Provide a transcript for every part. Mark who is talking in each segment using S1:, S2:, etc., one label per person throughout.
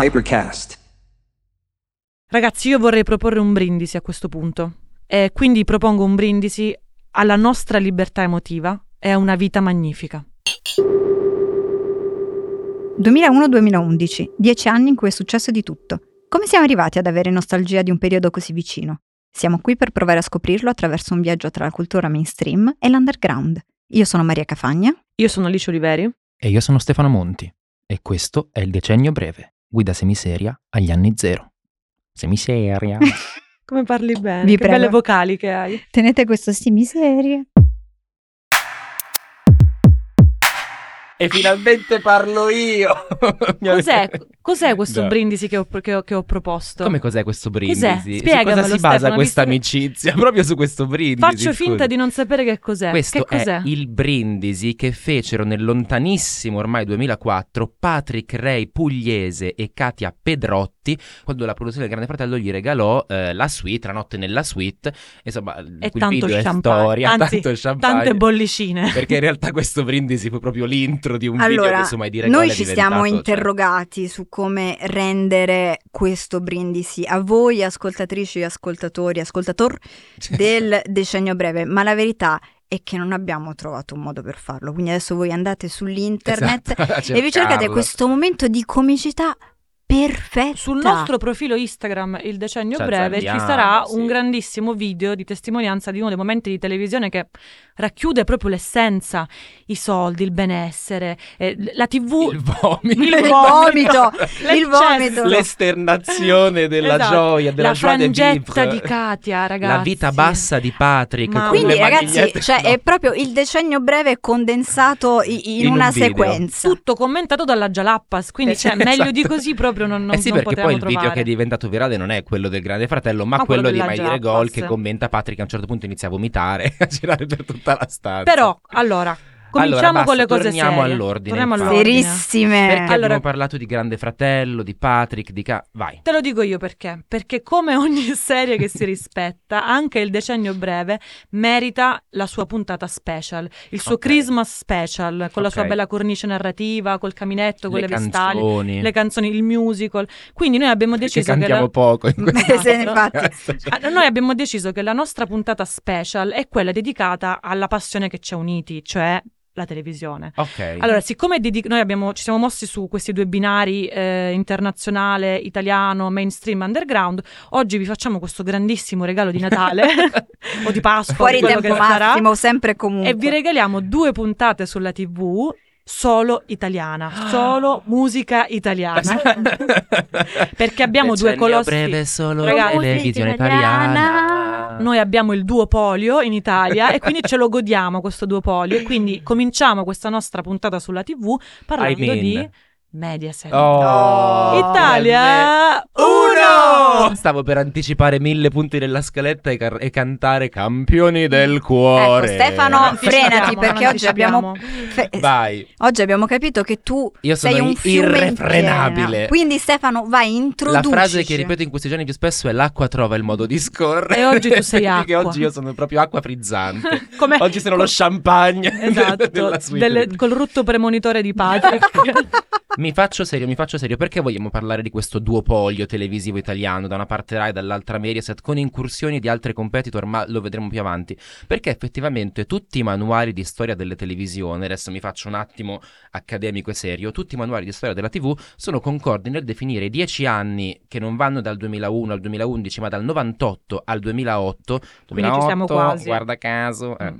S1: Hypercast.
S2: Ragazzi, io vorrei proporre un brindisi a questo punto. E quindi propongo un brindisi alla nostra libertà emotiva e a una vita magnifica.
S3: 2001-2011, dieci anni in cui è successo di tutto. Come siamo arrivati ad avere nostalgia di un periodo così vicino? Siamo qui per provare a scoprirlo attraverso un viaggio tra la cultura mainstream e l'underground. Io sono Maria Cafagna.
S2: Io sono Alice Oliveri.
S4: E io sono Stefano Monti. E questo è il decennio breve, guida semiseria agli anni zero. Semiseria.
S2: Come parli bene?
S3: Vi
S2: che
S3: prego.
S2: belle vocali che hai.
S3: Tenete questo sti miserie.
S4: e finalmente parlo io. Mi
S2: Cos'è,
S4: avete-
S2: cos'è questo
S4: No.
S2: brindisi che ho, che ho- che ho proposto?
S4: Come cos'è questo brindisi? Su
S2: Spiegamelo,
S4: cosa si basa
S2: Stefano,
S4: questa
S2: visto che-
S4: amicizia? Proprio su questo brindisi.
S2: Faccio finta
S4: scusa.
S2: di non sapere che cos'è.
S4: Questo
S2: che cos'è?
S4: è il brindisi che fecero nel lontanissimo ormai 2004 Patrick Ray Pugliese e Katia Pedrotti quando la produzione del Grande Fratello gli regalò eh, la suite, la notte nella suite. Insomma,
S2: E
S4: quel
S2: tanto
S4: video
S2: champagne.
S4: è storia,
S2: Anzi,
S4: tanto champagne.
S2: Tante bollicine.
S4: perché in realtà questo brindisi fu proprio l'intro di un video che
S3: Allora,
S4: insomma di
S3: noi ci siamo
S4: cioè.
S3: interrogati su come rendere questo brindisi a voi ascoltatrici, ascoltatori, ascoltator
S4: Esatto,
S3: del decennio breve, ma la verità è che non abbiamo trovato un modo per farlo. Quindi adesso voi andate
S4: Esatto.
S3: sull'internet e vi cercate questo momento di comicità perfetta.
S2: Sul nostro profilo Instagram, il decennio
S4: Ci
S2: breve, ci
S4: azzardiamo,
S2: sarà
S4: Cioè, sì.
S2: un grandissimo video di testimonianza di uno dei momenti di televisione che racchiude proprio l'essenza, i soldi, il benessere, eh, l- la TV,
S4: Il vomito.
S2: Il
S3: il
S2: vomito.
S3: vomito, il
S2: L'eccesso.
S3: vomito.
S4: L'esternazione della
S2: Esatto.
S4: gioia, della
S2: la
S4: joie de
S2: frangetta di
S4: vivre.
S2: Katia, ragazzi.
S4: La vita bassa di Patrick.
S2: Ma-
S4: con
S3: Quindi
S4: le
S3: ragazzi,
S4: manigliette-
S3: cioè,
S4: no.
S3: è proprio il decennio breve condensato i- in,
S4: In un
S3: una
S4: video.
S3: sequenza.
S2: Tutto commentato dalla Jalappas, quindi
S4: Eh sì,
S2: cioè, meglio
S4: esatto.
S2: di così proprio non, non,
S4: Eh sì,
S2: non
S4: perché poi
S2: potevamo
S4: il video che
S2: trovare.
S4: è diventato virale non è quello del Grande Fratello, ma,
S2: Ma quello
S4: quello, di
S2: della
S4: Mai Dire
S2: Jazz.
S4: Gol che commenta Patrick a un certo punto inizia a vomitare, a girare per tutta la stanza.
S2: Però, allora, cominciamo
S4: Allora, basta,
S2: con le cose
S4: torniamo
S2: serie.
S4: all'ordine,
S2: Torniamo
S4: infatti.
S2: all'ordine.
S3: Serissime.
S4: perché
S2: eh, Allora-
S4: abbiamo parlato di Grande Fratello, di Patrick, di Ca... Vai.
S2: Te lo dico io perché. Perché come ogni serie che si rispetta, anche il decennio breve merita la sua puntata special, il suo
S4: Ok.
S2: Christmas special, con la sua
S4: Ok.
S2: bella cornice narrativa, col caminetto, con le,
S4: le
S2: vestali,
S4: canzoni.
S2: le canzoni, il musical. Quindi noi abbiamo
S4: Perché
S2: deciso che
S4: cantiamo
S2: la...
S4: poco in questo
S2: Esatto.
S3: Se ne infatti.
S4: podcast. Cioè,
S2: Ah, Noi abbiamo deciso che la nostra puntata special è quella dedicata alla passione che ci ha uniti, cioè la televisione.
S4: Ok.
S2: Allora, siccome dedi- noi abbiamo- ci siamo mossi su questi due binari eh, internazionale, italiano, mainstream, underground, oggi vi facciamo questo grandissimo regalo di Natale o di Pasqua,
S3: Fuori
S2: di quello
S3: tempo
S2: che sarà,
S3: massimo, sempre e comunque.
S2: e vi regaliamo due puntate sulla TV solo italiana, solo musica italiana. Perché abbiamo due
S4: Decennio
S2: colossi-
S4: breve solo
S2: Ragazzi-
S4: televisione italiana.
S2: Noi abbiamo il duopolio in Italia e quindi ce lo godiamo questo duopolio e quindi cominciamo questa nostra puntata sulla TV parlando
S4: I'm in.
S2: di Mediaset.
S4: Oh,
S2: Italia
S4: uno!
S2: 1!
S4: Stavo per anticipare mille punti della scaletta e, car- e cantare Campioni del
S3: Ecco,
S4: cuore.
S3: Stefano, frenati
S2: Anticipiamo,
S3: perché oggi abbiamo, fe-
S4: Vai,
S3: oggi abbiamo capito che tu
S4: io sono
S3: sei un
S4: i-
S3: fiume in piena.
S4: irrefrenabile.
S3: Quindi Stefano, vai,
S4: La
S3: introduci.
S4: frase che ripeto in questi giorni più spesso è l'acqua trova il modo di scorrere.
S2: E oggi tu sei
S4: Perché
S2: acqua.
S4: oggi io sono proprio acqua frizzante.
S2: Come-
S4: Oggi sono lo champagne
S2: Esatto,
S4: della suite.
S2: delle- col rutto premonitore di Patrick.
S4: Mi faccio serio, mi faccio serio, perché vogliamo parlare di questo duopolio televisivo italiano, da una parte Rai e dall'altra Mediaset, con incursioni di altri competitor, ma lo vedremo più avanti. Perché effettivamente tutti i manuali di storia delle televisioni, adesso mi faccio un attimo accademico e serio, tutti i manuali di storia della TV sono concordi nel definire i dieci anni che non vanno dal 2001 al 2011, ma dal 98 al 2008.
S2: Quindi ci siamo
S4: 2008,
S2: quasi.
S4: Guarda caso. eh.
S2: Mm.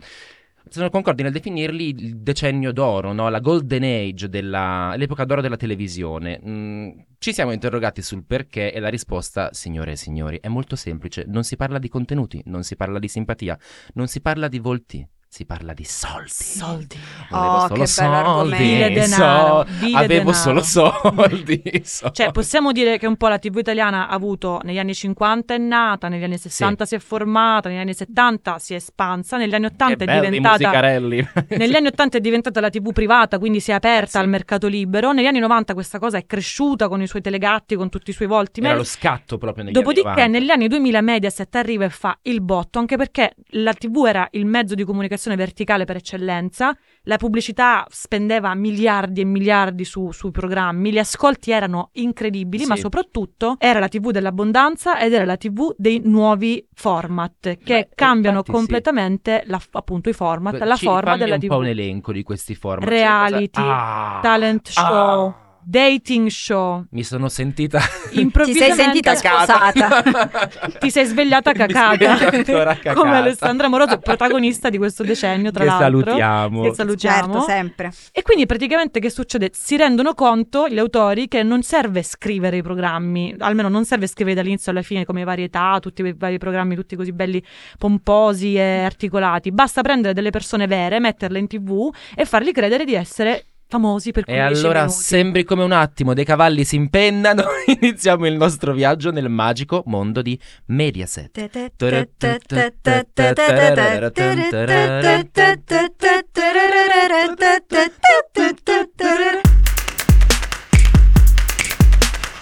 S4: Sono concordi nel definirli il decennio d'oro, no? la golden age, della, l'epoca d'oro della televisione. Mm, ci siamo interrogati sul perché e la risposta, signore e signori, è molto semplice. Non si parla di contenuti, non si parla di simpatia, non si parla di volti, si parla di soldi.
S2: Soldi.
S4: Volevo
S3: Oh,
S4: solo
S3: che bello argomento.
S4: soldi.
S2: Vile denaro, vile denaro.
S4: Avevo solo soldi. soldi.
S2: Cioè, possiamo dire che un po' la TV italiana ha avuto negli anni 50 è nata, negli anni 60 si è formata, negli anni 70 si è espansa, negli anni 80
S4: Che
S2: è
S4: belli
S2: diventata
S4: musicarelli.
S2: Negli anni 80 è diventata la TV privata, quindi si è aperta
S4: Sì.
S2: al mercato libero. Negli anni 90 questa cosa è cresciuta con i suoi telegatti, con tutti i suoi volti.
S4: Era
S2: Medi-
S4: lo scatto proprio negli
S2: Dopodiché
S4: anni 90.
S2: negli anni 2000 Mediaset arriva e fa il botto, anche perché la TV era il mezzo di comunicazione verticale per eccellenza, la pubblicità spendeva miliardi e miliardi su- sui programmi, gli ascolti erano incredibili, ma
S4: Sì.
S2: soprattutto era la TV dell'abbondanza ed era la TV dei nuovi format che
S4: Beh, eh,
S2: cambiano
S4: infatti sì.
S2: completamente la- appunto i format, la
S4: Ci
S2: forma
S4: fammi
S2: della
S4: un
S2: TV.
S4: po' un elenco di questi format. cioè,
S2: Reality,
S4: Ah,
S2: talent
S4: ah,
S2: show, dating show,
S4: mi sono sentita
S3: Ti sei sentita
S2: improvvisamente
S3: sposata.
S2: ti sei svegliata
S4: Mi
S2: cacata,
S4: sveglio ancora cacata.
S2: come Alessandra Moroso, protagonista di questo decennio tra
S4: Che
S2: l'altro.
S4: salutiamo.
S2: Che salutiamo.
S3: Certo, sempre.
S2: E quindi praticamente che succede? Si rendono conto gli autori che non serve scrivere i programmi, almeno non serve scrivere dall'inizio alla fine come varietà, tutti i vari programmi tutti così belli pomposi e articolati. Basta prendere delle persone vere, metterle in tv e fargli credere di essere famosi per 15
S4: E allora
S2: minuti.
S4: sembri come un attimo, dei cavalli si impennano, iniziamo il nostro viaggio nel magico mondo di Mediaset.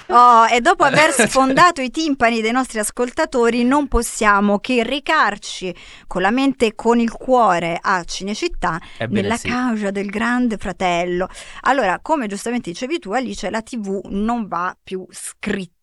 S3: Oh, e dopo aver sfondato i timpani dei nostri ascoltatori, non possiamo che recarci con la mente e con il cuore a Cinecittà
S4: Ebbene
S3: nella
S4: Eh sì.
S3: causa del grande fratello. Allora, come giustamente dicevi tu, Alice, la TV non va più scritta,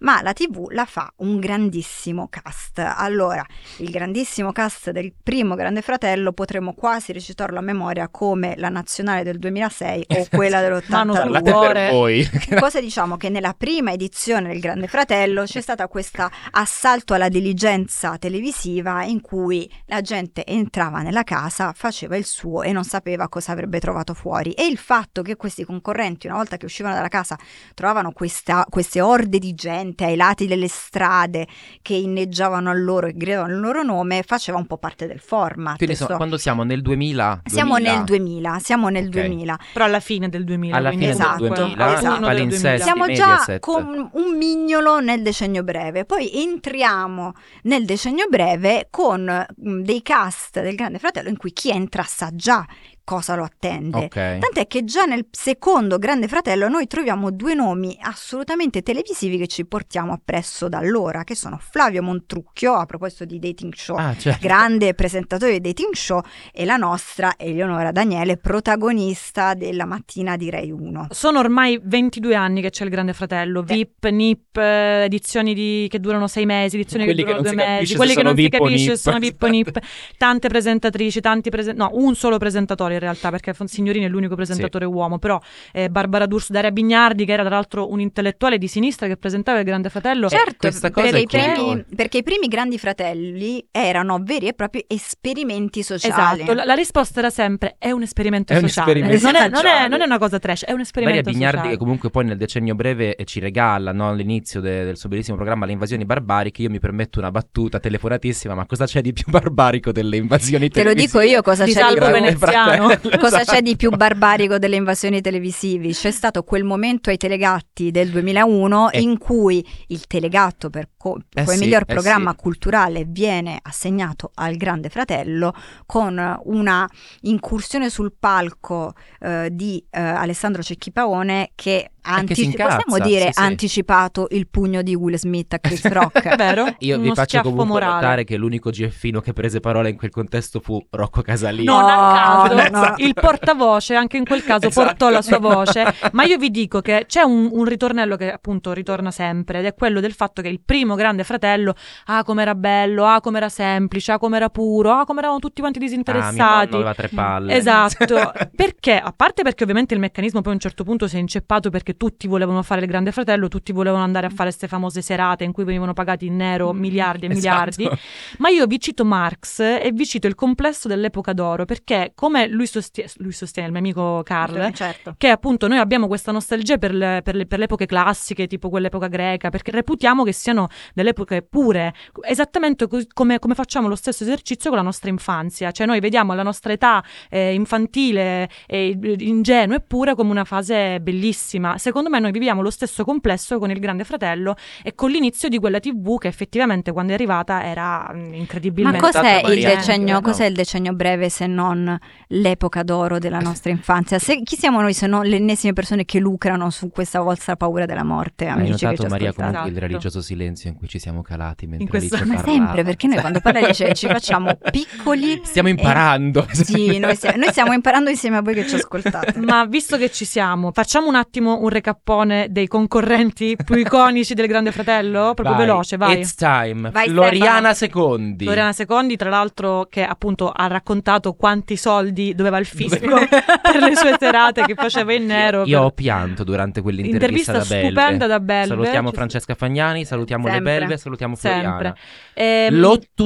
S3: ma la TV la fa un grandissimo cast. Allora, il grandissimo cast del primo Grande Fratello potremmo quasi recitarlo a memoria come la nazionale del 2006 o quella
S2: Mano sul
S4: Parlate
S3: dell'82.
S2: cuore.
S4: per voi.
S3: Cosa diciamo? Che nella prima edizione del Grande Fratello c'è stato questo assalto alla diligenza televisiva in cui la gente entrava nella casa, faceva il suo e non sapeva cosa avrebbe trovato fuori. E il fatto che questi concorrenti, una volta che uscivano dalla casa, trovavano questa- queste orde di gente ai lati delle strade che inneggiavano a loro e gridavano il loro nome, faceva un po' parte del format.
S4: Quindi insomma,
S3: insomma.
S4: quando siamo nel 2000,
S3: Siamo nel 2000, siamo nel
S4: Ok.
S3: 2000.
S2: Però alla fine del 2000.
S4: alla
S2: quindi
S4: fine
S3: Esatto,
S4: del
S3: esatto.
S4: 2000,
S2: autunno del 2000.
S4: palinsesti,
S3: Siamo già
S4: Mediaset.
S3: con un mignolo nel decennio breve, poi entriamo nel decennio breve con mm, dei cast del Grande Fratello in cui chi entra sa già cosa lo attende.
S4: Ok.
S3: Tant'è che già nel secondo Grande Fratello noi troviamo due nomi assolutamente televisivi che ci portiamo appresso da allora, che sono Flavio Montrucchio, a proposito di dating show,
S4: Ah, cioè,
S3: grande presentatore dei dating show, e la nostra Eleonora Daniele, protagonista della mattina di Rai 1.
S2: Sono ormai 22 anni che c'è il Grande Fratello, VIP, NIP, eh, edizioni di- che durano sei mesi, edizioni
S4: Quelli
S2: che
S4: che
S2: durano
S4: non
S2: due
S4: si capisce
S2: mesi,
S4: se
S2: quelli che
S4: sono
S2: non si
S4: VIP o
S2: capisce
S4: NIP,
S2: se sono VIP o NIP,
S4: esatto.
S2: tante presentatrici, tanti presen- no, un solo presentatore in realtà, perché Fon- Signorini è l'unico presentatore uomo, però eh, Barbara D'Urso, Daria Bignardi, che era tra l'altro un intellettuale di sinistra che presentava il Grande Fratello,
S3: Certo,
S4: Eh, questa cosa
S3: perché,
S4: è
S3: i primi,
S4: curiosa.
S3: perché i primi grandi fratelli erano veri e propri esperimenti sociali.
S2: Esatto, la, la risposta era sempre è un esperimento
S4: È un
S2: sociale.
S4: esperimento
S2: non, è, non è-
S4: sociale.
S2: non è una cosa trash, è un
S4: Daria
S2: esperimento
S4: Bignardi che
S2: sociale.
S4: comunque poi nel decennio breve eh, ci regala no, all'inizio de- del suo bellissimo programma Le invasioni barbariche, io mi permetto una battuta telefonatissima, ma cosa c'è di più barbarico delle invasioni
S3: Te lo dico io cosa
S2: Di
S3: c'è di,
S2: Salvo
S3: più-
S2: Veneziano.
S3: cosa
S4: Esatto.
S3: c'è di più barbarico delle invasioni televisivi. C'è stato quel momento ai telegatti del 2001
S4: Eh.
S3: in cui il telegatto per co-
S4: Eh
S3: come
S4: sì,
S3: miglior
S4: eh
S3: programma
S4: sì.
S3: culturale viene assegnato al Grande Fratello con una incursione sul palco eh, di eh, Alessandro Cecchi Paone che ha
S4: Ah, che si
S3: antici-
S4: incazza,
S3: possiamo dire
S4: sì, sì.
S3: ha anticipato il pugno di Will Smith a Chris Rock. Certo,
S2: È vero?
S4: Io vi
S2: Uno
S4: faccio
S2: schiaffo
S4: comunque
S2: morale.
S4: notare che l'unico GFino che prese parola in quel contesto fu Rocco Ah, Casalino.
S2: Non a
S3: No,
S2: caso,
S3: no, no.
S2: il portavoce anche in quel caso
S4: Esatto.
S2: portò la sua voce, ma io vi dico che c'è un, un ritornello che appunto ritorna sempre ed è quello del fatto che il primo grande fratello, ah com'era bello, ah com'era semplice, ah com'era puro, ah come eravamo tutti quanti
S4: Ah, mio nonno
S2: disinteressati.
S4: aveva tre palle.
S2: Esatto, perché a parte perché ovviamente il meccanismo poi a un certo punto si è inceppato perché tutti volevano fare il Grande Fratello, tutti volevano andare a fare queste famose serate in cui venivano pagati in nero miliardi e miliardi,
S4: Esatto.
S2: ma io vi cito Marx e vi cito il complesso dell'epoca d'oro perché come lui, sostie- lui sostiene, il mio amico Carl,
S3: Certo.
S2: che appunto noi abbiamo questa nostalgia per le, per le- per le epoche classiche, tipo quell'epoca greca, perché reputiamo che siano delle epoche pure, esattamente cos- come, come facciamo lo stesso esercizio con la nostra infanzia, cioè noi vediamo la nostra eh, età eh, infantile e ingenua e pura come una fase bellissima, secondo me noi viviamo lo stesso complesso con il Grande Fratello e con l'inizio di quella TV che effettivamente quando è arrivata era mm,
S3: Ma
S2: incredibilmente
S3: cos'è il,
S4: variante,
S3: decennio,
S4: no?
S3: cos'è il decennio breve se non l'epoca d'oro
S4: Eh
S3: della nostra infanzia? Se- chi siamo noi se non le ennesime persone che lucrano su questa vostra paura della morte?
S4: Hai
S3: Amici che ci
S4: notato Maria
S3: ascoltate?
S4: comunque il
S2: Esatto.
S4: religioso silenzio in cui ci siamo calati mentre
S2: In questo-
S4: Alice
S3: Ma
S4: parlava.
S3: sempre, perché noi quando parla Alice ci facciamo piccoli
S4: Stiamo
S3: e-
S4: imparando.
S3: Sì, noi, stia- noi stiamo imparando insieme a voi che ci ascoltate.
S2: Ma visto che ci siamo, facciamo un attimo un recappone dei concorrenti più iconici del Grande Fratello, proprio
S4: Vai,
S2: veloce, vai.
S4: It's time.
S3: Vai,
S4: Floriana Secondi.
S2: Loredana Secondi, tra l'altro, che appunto ha raccontato quanti soldi doveva il fisco per le sue serate che faceva in nero.
S4: Io ho
S2: per-
S4: pianto durante quell'intervista
S2: Intervista
S4: da Belve.
S2: stupenda da Belve.
S4: Salutiamo
S2: Ci-
S4: Francesca Fagnani, salutiamo
S3: Sempre.
S4: Le Belve, salutiamo
S2: Sempre.
S4: Floriana.
S2: Ehm,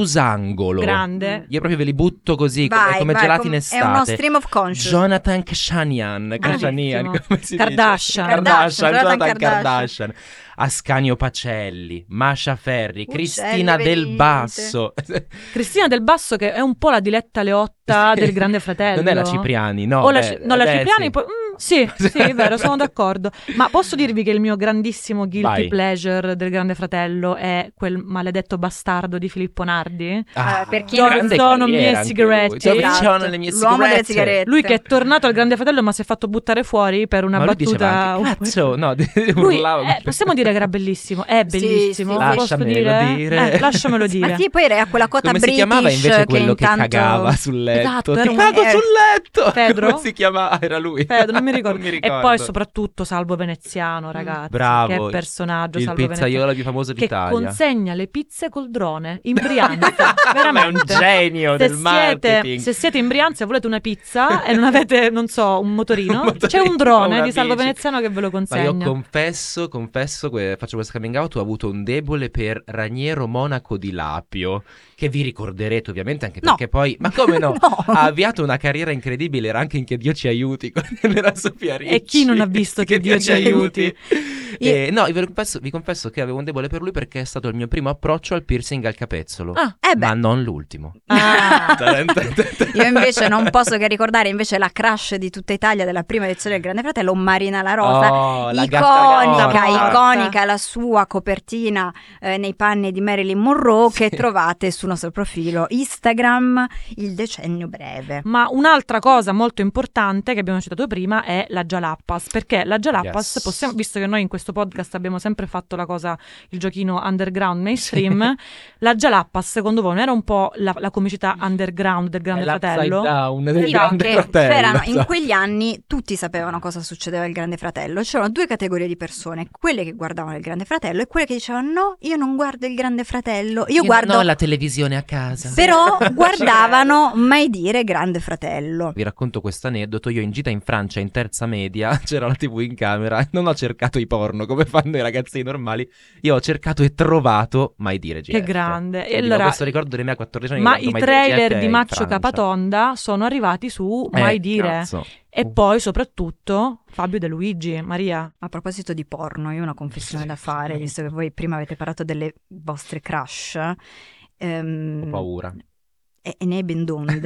S4: Lottusangolo.
S2: Grande.
S4: Io proprio ve li butto così, come-
S3: Vai,
S4: come
S3: vai,
S4: gelati
S3: com-
S4: in
S3: È uno
S4: estate.
S3: stream of conscious.
S4: Jonathan Kashanian, Kashanian
S2: Bravissimo.
S4: come si
S2: Ah, Kardashian.
S4: dice? Kardashian,
S3: Kardashian, Jonathan
S4: Jonathan
S3: Kardashian.
S4: Kardashian, Ascanio Pacelli, Masha Ferri,
S3: Uccelli
S4: Cristina Del
S3: venite.
S4: Basso.
S2: Cristina Del Basso, che è un po' la diletta leotta del Grande Fratello.
S4: Non è la Cipriani, no.
S2: O la
S4: beh,
S2: Ci- no, la
S4: beh,
S2: Cipriani
S4: sì.
S2: poi- mm, sì, sì, è vero, sono d'accordo. Ma posso dirvi che il mio grandissimo guilty
S4: Vai.
S2: pleasure del Grande Fratello è quel maledetto bastardo di Filippo Nardi?
S3: Ah, perché-
S2: Dove
S4: grande
S2: sono
S4: carriera
S2: mie
S4: anche lui.
S2: sigarette?
S4: Dove
S3: Esatto.
S4: sono le mie
S3: L'uomo delle sigarette.
S2: Lui che è tornato al Grande Fratello ma si è fatto buttare fuori per una
S4: Ma lui
S2: battuta.
S4: diceva anche, cazzo, no,
S2: Lui,
S4: urlava.
S2: eh, possiamo dire che era bellissimo, è
S3: Sì,
S2: bellissimo,
S3: sì, sì.
S2: posso
S4: Lasciamelo
S2: dire?
S4: dire.
S2: Eh, lasciamelo dire.
S3: Ma sì, poi era quella quota
S4: Come si
S3: british
S4: chiamava invece quello che,
S3: intanto...
S4: cagava sul letto?
S2: Esatto, era
S4: Ti
S2: un-
S4: cago
S3: era-
S4: sul letto!
S2: Pedro?
S4: Come si chiamava? Era lui.
S2: Pedro, non mi ricordo.
S4: Non mi
S2: E poi soprattutto Salvo
S3: Mm.
S2: Veneziano, ragazzi,
S4: Bravo.
S2: che personaggio
S4: il
S2: Salvo Veneziano.
S4: pizzaiolo più famoso
S2: Che
S4: d'Italia.
S2: consegna le pizze col drone in Brianza,
S4: Ma è un
S2: veramente.
S4: genio
S2: se
S4: del
S2: siete,
S4: marketing.
S2: se siete in Brianza e volete una pizza e non avete, non so, un motorino,
S4: Un motorino,
S2: c'è un drone
S4: una
S2: di Salvo
S4: bici.
S2: Veneziano che ve lo
S4: Ma io
S2: consegna.
S4: confesso, confesso, que- faccio questo coming out, ho avuto un debole per Raniero Monaco di Lapio, che vi ricorderete ovviamente anche
S3: No.
S4: perché poi... Ma come no? Ah,
S3: No.
S4: Ha avviato una carriera incredibile, era anche in Che Dio ci aiuti con Elena Sofia Ricci.
S2: E chi non ha visto Che Dio ci aiuti?
S4: Eh, no, io ve lo confesso- vi confesso, che avevo un debole per lui perché è stato il mio primo approccio al piercing al capezzolo.
S2: Ah,
S3: Eh beh,
S4: Ma non l'ultimo.
S2: ah.
S3: Io invece non posso che ricordare invece la crash di tutta Italia della prima edizione del Grande Fratello, Marina La Rosa.
S4: Oh, la gatta
S3: iconica,
S4: Gatta.
S3: iconica la sua copertina eh, nei panni di Marilyn Monroe che
S4: Sì.
S3: trovate sul nostro profilo Instagram il decennio breve.
S2: Ma un'altra cosa molto importante che abbiamo citato prima è la Jalappas, perché la Jalappas,
S4: Yes.
S2: possiamo- visto che noi in questo podcast abbiamo sempre fatto la cosa, il giochino underground mainstream, la Jalappas secondo voi non era un po' la, la comicità underground del Grande
S4: È l'upside
S2: Fratello?
S4: down del
S3: Sì,
S4: Grande
S3: che
S4: Fratello,
S3: c'erano- cioè, in
S4: esatto.
S3: quegli anni tutti sapevano cosa succedeva al Grande Fratello. C'erano due categorie di persone, quelle che guardavano il Grande Fratello e quelle che dicevano no, io non guardo il Grande Fratello, io, guardo...
S4: non ho la Cioè, televisione a casa.
S3: Però guardavano mai dire Grande Fratello.
S4: Vi racconto questo aneddoto. Io in gita in Francia, in terza media, c'era la TV in camera. Non ho cercato i porno come fanno i ragazzini normali. Io ho cercato e trovato Mai dire GF.
S2: Che grande. E
S4: E
S2: allora-
S4: allora, questo ricordo dei miei 14 anni.
S2: Ma
S4: quando
S2: i
S4: Mai Dire
S2: trailer
S4: GF
S2: di
S4: in
S2: Maccio
S4: Francia.
S2: Capatonda sono arrivati su Mai
S4: Eh,
S2: Dire
S4: cazzo.
S2: e poi soprattutto Fabio De Luigi, Maria.
S3: A proposito di porno, io ho una confessione da
S4: Mm.
S3: fare, visto che voi prima avete parlato delle vostre crush. ehm,
S4: Ho paura.
S3: E, e ne hai ben donde.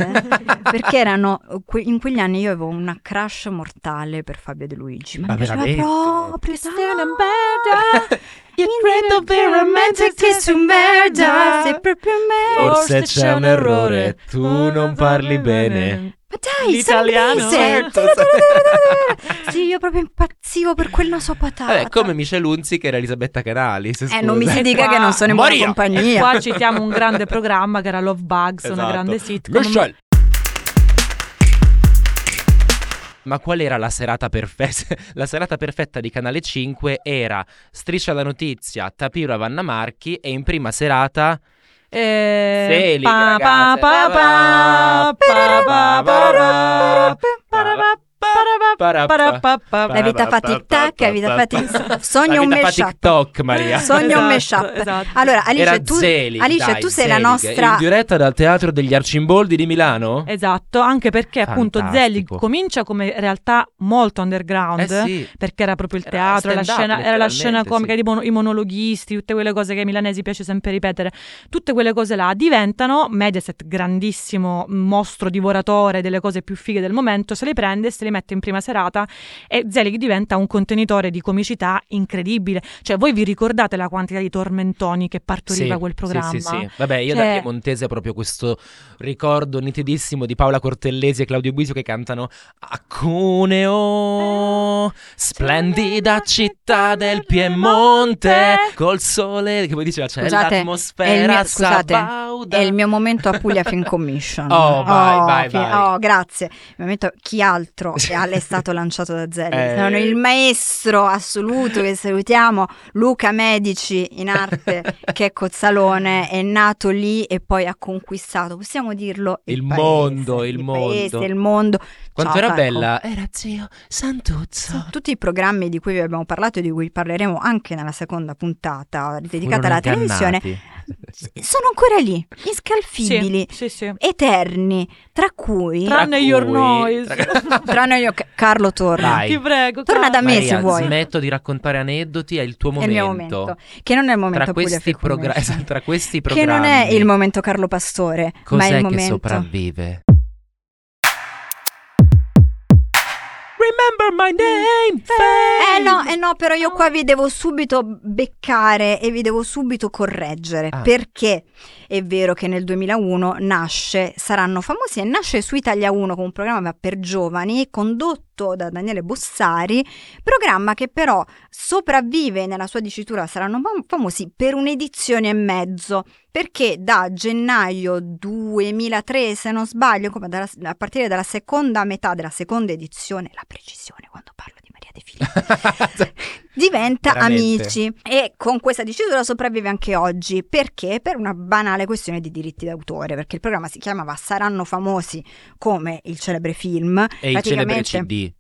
S3: perché erano que- in quegli anni io avevo una crush mortale per Fabio De Luigi. Ma,
S4: Ma
S3: mi piaceva
S4: veramente? Ah.
S3: proprio
S2: Still in
S3: bed.
S2: You're afraid of being romantic, it's a murder.
S3: Sei proprio me.
S4: Forse c'è un errore, tu non parli bene.
S3: Ma dai,
S2: L'italiano.
S3: sei
S4: Certo,
S3: inglese. Sì, io proprio impazzivo per quel naso patata.
S4: Vabbè, Eh, come Michele Unzi che era Elisabetta Canali. se
S3: Eh, non mi
S4: scusa.
S3: si dica che non sono in buona
S4: Moria!
S2: E
S3: compagnia.
S2: qua citiamo un grande programma che era Love Bugs, una
S4: Esatto.
S2: grande sitcom.
S4: Michelle. Ma qual era la serata perfetta? La serata perfetta di Canale 5 era Striscia la notizia, Tapiro a Vanna Marchi e in prima serata
S2: Eh,
S4: Selig,
S2: pa- pa-
S4: ragazze.
S2: pa- pa- pa- pa- pa- pa- pa- pa- pa- pa-
S3: La vita fa tic tac, la vita fa tic Sogno
S4: la
S3: un
S4: vita fa
S3: mashup.
S4: TikTok, Maria.
S3: Sogno
S2: Esatto,
S3: un mashup.
S2: esatto.
S3: Allora, Alice,
S4: era
S3: tu,
S4: Zelig,
S3: Alice,
S4: dai,
S3: tu sei la
S4: Zelig,
S3: nostra.
S4: in diretta dal Teatro degli Arcimboldi di Milano?
S2: Esatto, anche perché appunto
S4: Fantastico.
S2: Zelig comincia come realtà molto underground.
S4: Eh sì.
S2: Perché era proprio il
S4: Era
S2: teatro, la
S4: stand-up,
S2: scena, era la scena
S4: letteralmente,
S2: comica,
S4: sì.
S2: tipo i monologhisti, tutte quelle cose che ai milanesi piace sempre ripetere. Tutte quelle cose là diventano Mediaset, grandissimo mostro divoratore delle cose più fighe del momento, se le prende e se le mette in prima prima serata e Zelig diventa un contenitore di comicità incredibile. Cioè, voi vi ricordate la quantità di tormentoni che partoriva
S4: Sì,
S2: quel programma?
S4: Sì, sì, sì. Vabbè, io da
S2: Cioè-
S4: Piemontese ho proprio questo ricordo nitidissimo di Paola Cortellesi e Claudio Bisio che cantano A Cuneo, splendida città del Piemonte, col sole, che poi diceva c'è
S3: Scusate, è il
S4: l'atmosfera
S3: mio- scusate,
S4: sabauda.
S3: È il mio momento a Puglia Film Commission.
S4: Oh, vai, vai,
S3: fi-
S4: vai.
S3: oh, grazie. Il momento- chi altro ha- è stato lanciato da Zelli?
S4: Eh.
S3: Sono il maestro assoluto che salutiamo, Luca Medici in arte, che è Cozzalone, è nato lì e poi ha conquistato, possiamo dirlo, il,
S4: Il
S3: paese,
S4: mondo, il
S3: paese,
S4: mondo.
S3: il mondo.
S4: Quanto
S3: Ciao,
S4: era
S3: Franco.
S4: bella! Era zio Santuzzo.
S3: Tutti i programmi di cui vi abbiamo parlato e di cui parleremo anche nella seconda puntata dedicata
S4: Furono
S3: alla televisione
S4: ingannati.
S3: sono ancora lì, inscalfibili,
S2: Sì, sì, sì.
S3: eterni, tra cui
S4: Tra
S2: Tranne Your
S4: cui-
S2: Noise.
S4: tra-
S3: tranne io Ca- Carlo Torna.
S4: Vai.
S2: Ti prego.
S3: Torna
S2: Carlo.
S3: da me se
S4: Maria,
S3: vuoi.
S4: smetto di raccontare aneddoti, è il tuo
S3: È il mio momento, che non è il momento
S4: Tra
S3: Puglia
S4: questi,
S3: Film
S4: progra-
S3: Commission.
S4: esatto, tra questi
S3: che
S4: programmi
S3: non è il momento Carlo Pastore, ma
S4: cos'è
S3: è il
S4: che
S3: momento
S4: sopravvive?
S2: Remember my name.
S4: Mm.
S2: Ah. Faye.
S3: Eh no, eh no, però io qua vi devo subito beccare e vi devo subito correggere
S4: Ah.
S3: perché è vero che nel 2001 nasce Saranno famosi e nasce su Italia 1 con un programma per giovani condotto da Daniele Bossari, programma che però sopravvive nella sua dicitura Saranno fam- famosi per un'edizione e mezzo perché da gennaio 2003, se non sbaglio, come dalla- a partire dalla seconda metà della seconda edizione, la precisione quando parlo di Maria De Filippi, diventa
S4: Veramente.
S3: Amici e con questa dicitura sopravvive anche oggi, perché per una banale questione di diritti d'autore, perché il programma si chiamava Saranno famosi come il celebre film,
S4: E il celebre
S3: Praticamente-
S4: CD.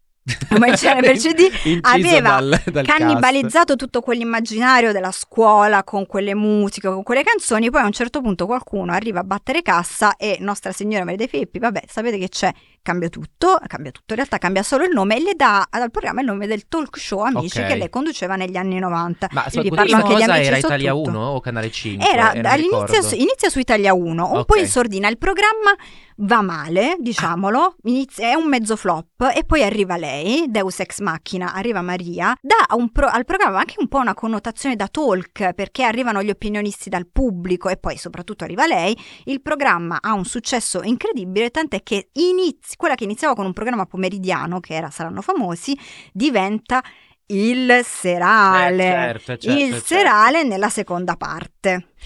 S3: Ma il celebre CD
S4: Inciso
S3: aveva
S4: dal- dal cast.
S3: cannibalizzato tutto quell'immaginario della scuola con quelle musiche, con quelle canzoni. Poi a un certo punto qualcuno arriva a battere cassa e Nostra Signora Maria dei Filippi, vabbè, sapete che c'è, cambia tutto, cambia tutto, in realtà cambia solo il nome e le dà al programma il nome del talk show Amici
S4: Ok.
S3: che lei conduceva negli anni 90.
S4: Ma
S3: Quindi
S4: scusa,
S3: parlo
S4: questa
S3: anche di
S4: cosa
S3: Amici,
S4: era
S3: so
S4: Italia
S3: tutto.
S4: 1 o Canale 5?
S3: Era
S4: Eh, non
S3: all'inizio
S4: ricordo.
S3: su, inizia su Italia 1, un
S4: Ok. Ah.
S3: po' in sordina. Il programma va male, diciamolo, inizia- è un mezzo flop e poi arriva lei, Deus Ex Machina, arriva Maria, dà a un pro- al programma anche un po' una connotazione da talk perché arrivano gli opinionisti dal pubblico e poi soprattutto arriva lei. Il programma ha un successo incredibile, tant'è che inizi- quella che iniziava con un programma pomeridiano, che era Saranno Famosi, diventa il serale
S4: Eh, certo, eh, certo,
S3: il
S4: certo.
S3: serale nella seconda parte.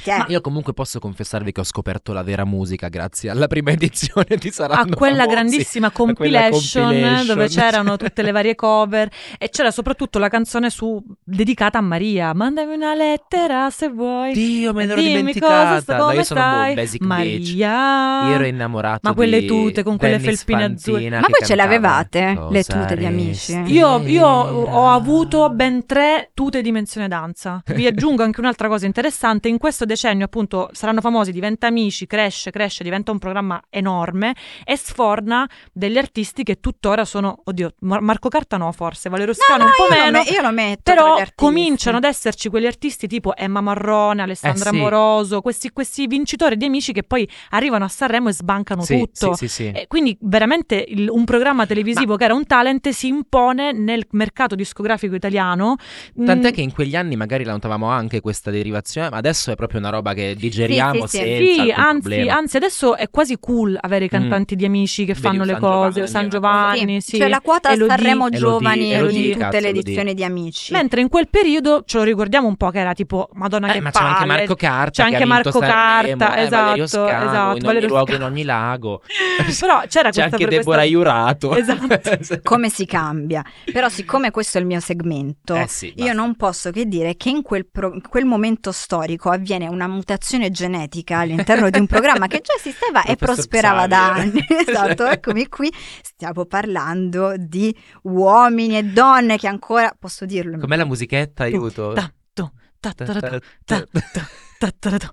S3: che è-
S4: Ma Io comunque posso confessarvi che ho scoperto la vera musica grazie alla prima edizione di
S2: a
S4: Saranno
S2: Ah, quella
S4: Famosi.
S2: grandissima
S4: Ah, quella
S2: compilation,
S4: compilation.
S2: dove c'erano tutte le varie cover e c'era soprattutto la canzone su, dedicata a Maria. Mandami una lettera se vuoi.
S4: Dio, me l'ero
S2: Dimmi cosa sta-
S4: dimenticata. No,
S2: come
S4: io sono un
S2: stai?
S4: basic bitch.
S2: Maria.
S4: Io ero innamorato
S2: Ma quelle
S4: di
S2: tute con quelle
S4: Dennis
S2: felpine
S4: Fantina
S2: azzurre.
S4: che
S3: Ma voi ce
S4: cantava,
S3: l'avevate, le
S4: "Cosa
S3: tute di Amici?"
S4: resterà?
S2: Io, io ho avuto ben tre tute dimensione danza. Vi aggiungo anche un'altra cosa interessante. In questo decennio, appunto, saranno famosi, diventa amici, cresce, cresce, diventa un programma enorme e sforna degli artisti che tuttora sono, oddio, Mar- Marco Cartano forse, Valerio Scano un po'
S3: io, lo
S2: meno.
S3: me- io lo metto. tra
S2: Però
S3: gli artisti.
S2: cominciano ad esserci quegli artisti tipo Emma Marrone, Alessandra
S4: Eh, sì.
S2: Moroso, questi, questi vincitori di amici che poi arrivano a Sanremo e sbancano
S4: Sì,
S2: tutto. Eh,
S4: Sì, sì, sì.
S2: E quindi veramente il- un programma televisivo che era un talent si impone nel mercato discografico italiano. Mm,
S4: Tant'è che in quegli anni magari la notavamo anche questa derivazione, ma adesso è proprio una roba che digeriamo
S3: Sì, sì, sì.
S4: senza
S2: sì,
S4: alcun
S2: anzi,
S4: problema. Mm.
S2: anzi, adesso è quasi cool avere i cantanti di amici che
S4: Vedi,
S2: fanno le
S4: San
S2: cose,
S4: Giovanni,
S2: San
S4: una cosa-
S2: Giovanni, sì.
S3: Cioè la quota
S2: Elodie,
S3: Sanremo
S4: Elodie,
S3: Giovani
S4: Elodie,
S3: in tutte
S4: cazzo,
S3: le
S4: Elodie.
S3: edizioni di Amici.
S2: Mentre in quel periodo ce lo ricordiamo un po' che era tipo Madonna
S4: Eh,
S2: che
S4: ma c'è
S2: palle.
S4: anche Marco Carta,
S2: c'è
S4: che ha
S2: anche
S4: vinto
S2: Marco
S4: Sanremo,
S2: Carta,
S4: eh, Valerio
S2: esatto,
S4: Scano,
S2: esatto,
S4: in ogni
S2: Valerio
S4: luogo, in
S2: Scano.
S4: ogni lago.
S2: Però c'era
S4: C'è
S2: questa per
S4: anche
S2: questa-
S4: Deborah Iurato.
S2: Esatto.
S3: Come si cambia? Però siccome questo è il mio segmento,
S4: Eh sì, basta.
S3: io non posso che dire che in quel, pro- in quel momento storico avviene una mutazione genetica all'interno di un programma che già esisteva e
S4: Professor Cioè.
S3: prosperava da
S4: Xavier.
S3: anni. Esatto, eccomi qui. Stiamo parlando di uomini e donne che ancora, posso dirlo, in
S4: Com'è la musichetta? Aiuto.
S2: Ta, tu, ta, ta, ta, ta, ta. Tattaratu-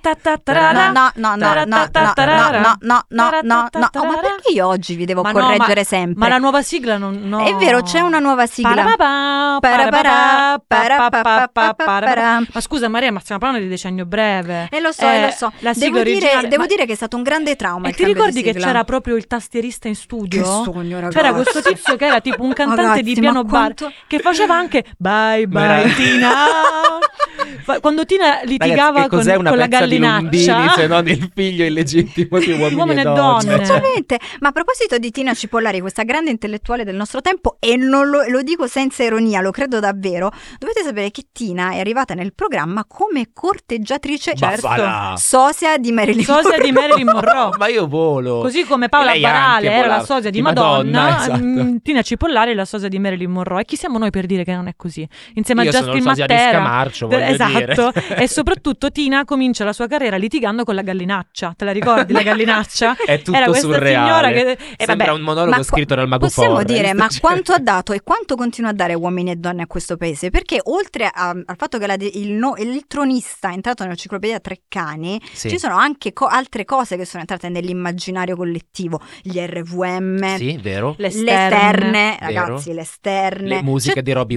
S2: taratatatarara.
S3: No, no, no, no, no, no, no, no, no, no, no. Oh, ma perché io oggi vi devo
S2: Ma no,
S3: correggere
S2: Ma
S3: sempre?
S2: la nuova sigla non... No.
S3: È vero, c'è una nuova sigla.
S2: Parapapà,
S3: Parapara,
S2: parapapà,
S3: parapapà,
S2: parapapà.
S3: parapara.
S2: Ma scusa Maria, ma stiamo parlando di decennio breve.
S3: E lo so,
S2: Eh,
S3: e lo so.
S2: la
S3: Devo,
S2: sigla
S3: dire,
S2: originale-
S3: devo
S2: ma-
S3: dire che è stato un grande trauma.
S2: E
S3: il
S2: ti
S3: cambio di
S2: ricordi che
S3: sigla.
S2: c'era proprio il tastierista in
S3: Che
S2: studio?
S3: sogno, ragazzi.
S2: C'era questo tizio che era tipo un cantante di
S3: Ragazzi,
S2: piano
S3: ma
S2: bar
S3: quanto-
S2: che faceva anche bye bye
S4: Veramente.
S2: Tina. Fa- Quando Tina litigava
S4: Ragazzi, che
S2: con,
S4: cos'è una
S2: con la
S4: pezza di
S2: gallinaccia,
S4: Lundini se non il figlio illegittimo di uomini,
S2: Uomini e
S4: e
S2: donne.
S3: Esattamente. Ma a proposito di Tina Cipollari, questa grande intellettuale del nostro tempo, e non lo, lo dico senza ironia, lo credo davvero, dovete sapere che Tina è arrivata nel programma come corteggiatrice
S4: Baffala.
S3: sosia di Marilyn
S2: sosia di
S3: Monroe.
S2: Marilyn Monroe.
S4: Ma io volo.
S2: Così come Paola
S4: Lei anche
S2: Barale era
S4: volava.
S2: la sosia di
S4: Di
S2: Madonna,
S4: Madonna, esatto.
S2: mm, Tina Cipollari è la sosia di Marilyn Monroe. E chi siamo noi per dire che non è così? Insieme
S4: io
S2: a
S4: sono
S2: Justin
S4: il sosia di
S2: Matera.
S4: Scamarcio, voglio
S2: esatto,
S4: dire.
S2: e soprattutto Tina comincia la sua carriera litigando con la gallinaccia. Te la ricordi la gallinaccia?
S4: È tutto
S2: Era questa signora
S4: surreale.
S2: che e
S4: Sembra
S2: vabbè,
S4: un monologo
S3: ma qua-
S4: scritto dal mago
S3: Possiamo
S4: Forrest.
S3: dire, ma
S4: Cioè-
S3: quanto ha dato e quanto continua a dare uomini e donne a questo paese? Perché oltre a- al fatto che la de- il, no- il tronista è entrato nell'enciclopedia Treccani,
S4: Sì.
S3: ci sono anche co- altre cose che sono entrate nell'immaginario collettivo, gli RVM,
S4: Sì, vero.
S2: le
S3: le
S2: esterne,
S3: esterne,
S4: Vero.
S3: ragazzi, le esterne.
S4: Le musiche
S3: C'è-
S4: di Robbie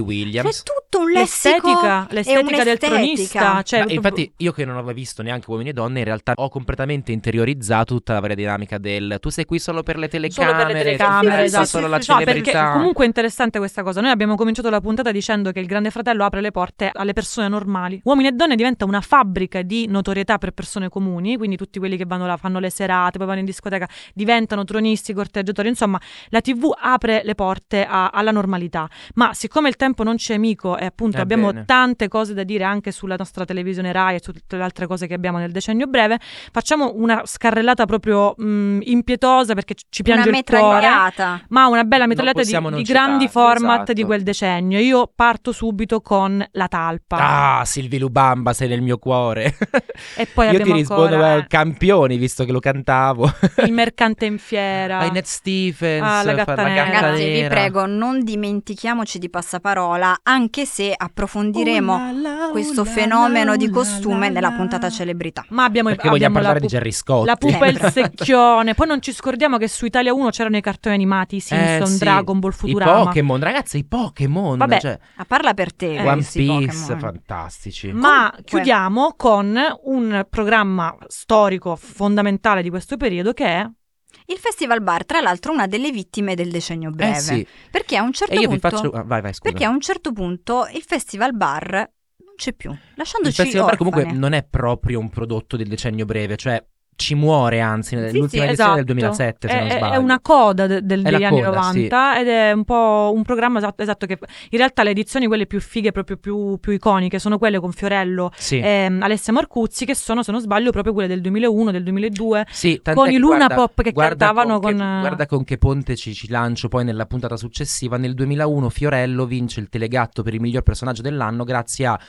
S3: C'è
S4: Williams.
S3: tutto un lessico
S2: l'estetica, l'estetica del
S3: un'estetica.
S2: tronista. Cioè,
S4: Ma infatti io che non avevo visto neanche uomini e donne in realtà ho completamente interiorizzato tutta la varia dinamica del tu sei qui solo per le telecamere
S2: Solo per le
S4: tu
S2: telecamere,
S4: sei
S2: esatto.
S4: solo la
S2: No, perché
S4: celebrità
S2: comunque è interessante questa cosa. Noi abbiamo cominciato la puntata dicendo che il Grande Fratello apre le porte alle persone normali. Uomini e donne diventa una fabbrica di notorietà per persone comuni, quindi tutti quelli che vanno là, fanno le serate, poi vanno in discoteca, diventano tronisti, corteggiatori, insomma, la TV apre le porte a- alla normalità. Ma siccome il tempo non ci è amico e appunto
S4: Eh
S2: abbiamo
S4: bene.
S2: tante cose da dire anche sulla nostra televisione Rai e su tutte le altre cose che abbiamo nel decennio breve, facciamo una scarrellata proprio mh, impietosa perché ci- ci piange
S3: una
S2: il cuore.
S3: metragliata.
S2: Ma una bella
S4: Non
S2: metalletta di,
S4: possiamo non
S2: di grandi
S4: citarli,
S2: format
S4: esatto.
S2: di quel decennio. Io parto subito con la talpa.
S4: Ah, Silvi Lubamba, sei nel mio cuore.
S2: E poi
S4: Io ti
S2: abbiamo
S4: rispondo
S2: ancora-
S4: eh, campioni, visto che lo cantavo.
S2: Il mercante in fiera.
S4: Net Stephens,
S2: Ah, la
S4: fa-
S2: gatta nera.
S3: Ragazzi, vi
S4: nera.
S3: prego, non dimentichiamoci di passaparola, anche se
S2: Oh,
S3: approfondiremo questo fenomeno di costume nella puntata celebrità.
S2: Ma abbiamo,
S4: Perché
S2: abbiamo
S4: vogliamo
S2: la,
S4: parlare di Eh,
S2: pu-
S4: Jerry Scott.
S2: la pupa e il
S3: Sempre.
S2: secchione. Poi non ci scordiamo che su Italia 1 c'erano i cartoni animati, i Simpson,
S4: Eh, sì.
S2: Dragon Ball,
S4: I
S2: Futurama.
S4: Pokémon, ragazzi, i Pokémon.
S2: Vabbè,
S4: cioè,
S3: Ah, parla per te,
S2: eh,
S4: One
S3: questi
S4: Piece,
S3: Pokémon.
S4: fantastici.
S2: Ma
S3: Comunque-
S2: chiudiamo con un programma storico fondamentale di questo periodo che è
S3: Il Festival Bar, tra l'altro, una delle vittime del decennio breve.
S4: Eh sì,
S3: Perché a un certo
S4: e io vi
S3: punto
S4: faccio... ah, vai, vai, scusa.
S3: perché a un certo punto il Festival Bar non c'è più,
S4: il
S3: lasciandoci
S4: Festival Bar comunque
S3: orfane.
S4: non è proprio un prodotto del decennio breve, cioè ci muore anzi
S3: Sì,
S4: nell'ultima
S3: sì,
S4: Eh, edizione
S2: Esatto.
S4: del 2007, se
S2: è,
S4: non
S2: è-
S4: sbaglio.
S2: È una coda de- del-
S4: È
S2: degli
S4: la
S2: anni
S4: coda,
S2: 90 ed è un po' un programma esatto, esatto che in realtà le edizioni quelle più fighe, proprio più, più iconiche, sono quelle con Fiorello
S4: Sì.
S2: e Alessia Marcuzzi che sono, se non sbaglio, proprio quelle del 2001, del 2002.
S4: Sì, tant'è
S2: con i
S4: che
S2: Luna
S4: guarda-
S2: Pop che
S4: guarda
S2: cantavano
S4: con, che-
S2: con, eh,
S4: guarda con che ponte ci, ci lancio poi nella puntata successiva. Nel 2001 Fiorello vince il Telegatto per il miglior personaggio dell'anno grazie a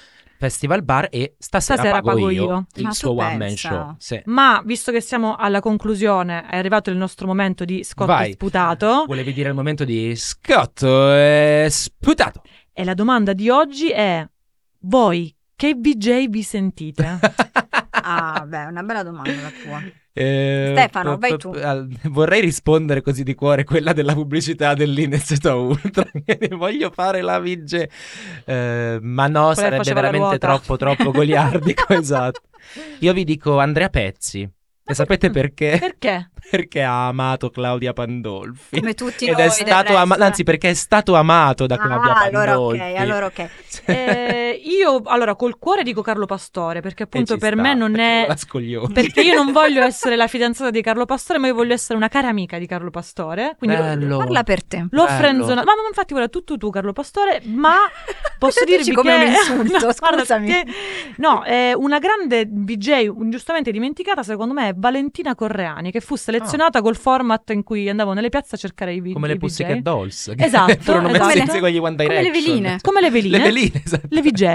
S4: Festival Bar e Stasera,
S2: Stasera pago io. Mm,
S4: il
S3: Ma tu
S4: suo one man
S3: pensa.
S4: show. Sì.
S2: Ma visto che siamo alla conclusione, è arrivato il nostro momento di Scott
S4: Vai.
S2: sputato
S4: Volevi dire il momento di Scotto e sputato.
S2: e la domanda di oggi è voi che VJ vi sentite?
S3: Ah, beh, una bella domanda la tua.
S4: Eh,
S3: Stefano,
S4: p-
S3: vai
S4: p-
S3: tu.
S4: al- vorrei rispondere così di cuore quella della pubblicità dell'Ineseto Ultra. che ne voglio fare la vigge. Eh, ma no, sarebbe
S2: faceva la
S4: veramente
S2: ruota.
S4: troppo, troppo goliardico. esatto. Io vi dico Andrea Pezzi. E sapete perché?
S2: Perché?
S4: Perché ha amato Claudia Pandolfi.
S3: Come tutti noi
S4: Ed è
S3: del
S4: stato
S3: resto.
S4: amato, anzi, perché è stato amato da Claudia
S3: Ah, allora
S4: Pandolfi.
S3: ok, allora ok.
S2: Eh, io allora col cuore dico Carlo Pastore perché appunto
S4: E ci
S2: per
S4: sta,
S2: me non
S4: perché
S2: è
S4: La scoglione.
S2: perché io non voglio essere la fidanzata di Carlo Pastore ma io voglio essere una cara amica di Carlo Pastore quindi lo-
S4: Bello.
S3: Parla per te.
S2: l'ho
S4: Bello.
S2: frenzonato ma, ma infatti guarda tutto tu Carlo Pastore ma posso
S3: Dici
S2: dirvi
S3: come
S2: che
S3: un insulto,
S2: No, guarda,
S3: scusami.
S2: che- no è una grande VJ un- giustamente dimenticata secondo me è Valentina Correani che fu selezionata col format in cui andavo nelle piazze a cercare i, vi-
S4: Ah. come le
S2: i
S4: Pussycat
S2: VJ
S4: Dolls che
S2: Esatto, esatto.
S4: furono messe
S3: Come
S2: le-
S4: insieme con gli One
S3: come le
S4: Direction
S3: veline.
S2: come le veline
S4: le veline esatto
S2: le VJ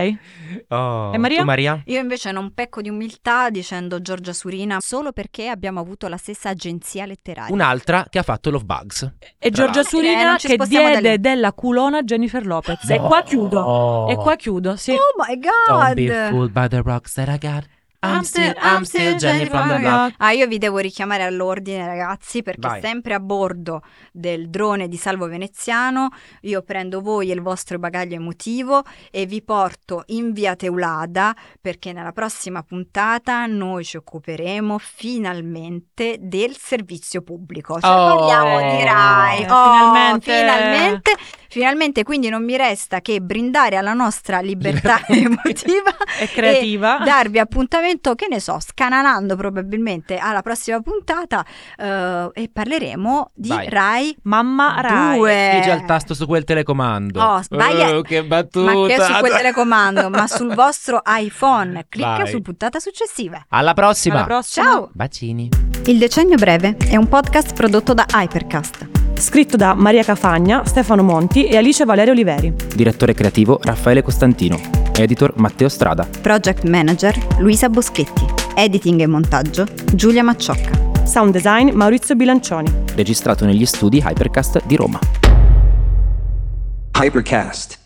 S4: Oh,
S2: E Maria?
S4: tu Maria?
S3: Io invece non pecco di umiltà dicendo Giorgia Surina solo perché abbiamo avuto la stessa agenzia letteraria.
S4: un'altra che ha fatto Love Bugs
S2: E Giorgia
S3: l'altro. Eh,
S2: Surina
S3: non ci
S2: che
S3: spostiamo da
S2: diede
S3: lì.
S2: della culona a Jennifer Lopez. E qua chiudo. E qua chiudo, sì.
S3: Oh my
S4: Don't
S3: god!
S4: be fooled by the rocks that I got I'm still, I'm still Jennifer, bla bla bla.
S3: Ah, io vi devo richiamare all'ordine, ragazzi, perché
S4: Esatto. Vai.
S3: sempre a bordo del drone di Salvo Veneziano io prendo voi e il vostro bagaglio emotivo e vi porto in via Teulada perché nella prossima puntata noi ci occuperemo finalmente del servizio pubblico. Cioè
S4: Oh.
S3: parliamo di Rai.
S2: Eh,
S3: Oh,
S2: finalmente.
S3: finalmente. Finalmente, quindi non mi resta che brindare alla nostra libertà emotiva
S2: È creativa.
S4: Ah.
S3: e darvi appuntamento, che ne so, scanalando probabilmente alla prossima puntata eh, e parleremo di
S4: Vai. Ah,
S3: Rai
S2: Mamma Rai.
S3: 2.
S4: Pigia il tasto su quel telecomando.
S3: Oh, sbaglia-
S4: Oh, che battuta.
S3: Ma che su quel telecomando, ma sul vostro iPhone. Clicca
S4: Vai.
S3: su puntata successiva.
S4: Alla prossima.
S2: Alla prossima.
S3: Ciao!
S4: Bacini.
S3: Il decennio breve è un podcast prodotto da Hypercast.
S2: Scritto da Maria Cafagna, Stefano Monti e Alice Valeria Oliveri.
S1: Direttore creativo Raffaele Costantino. Editor Matteo Strada.
S3: Project Manager Luisa Boschetti. Editing e montaggio Giulia Macciocca.
S2: Sound design Maurizio Bilancioni.
S1: Registrato negli studi Hypercast di Roma.
S5: Hypercast.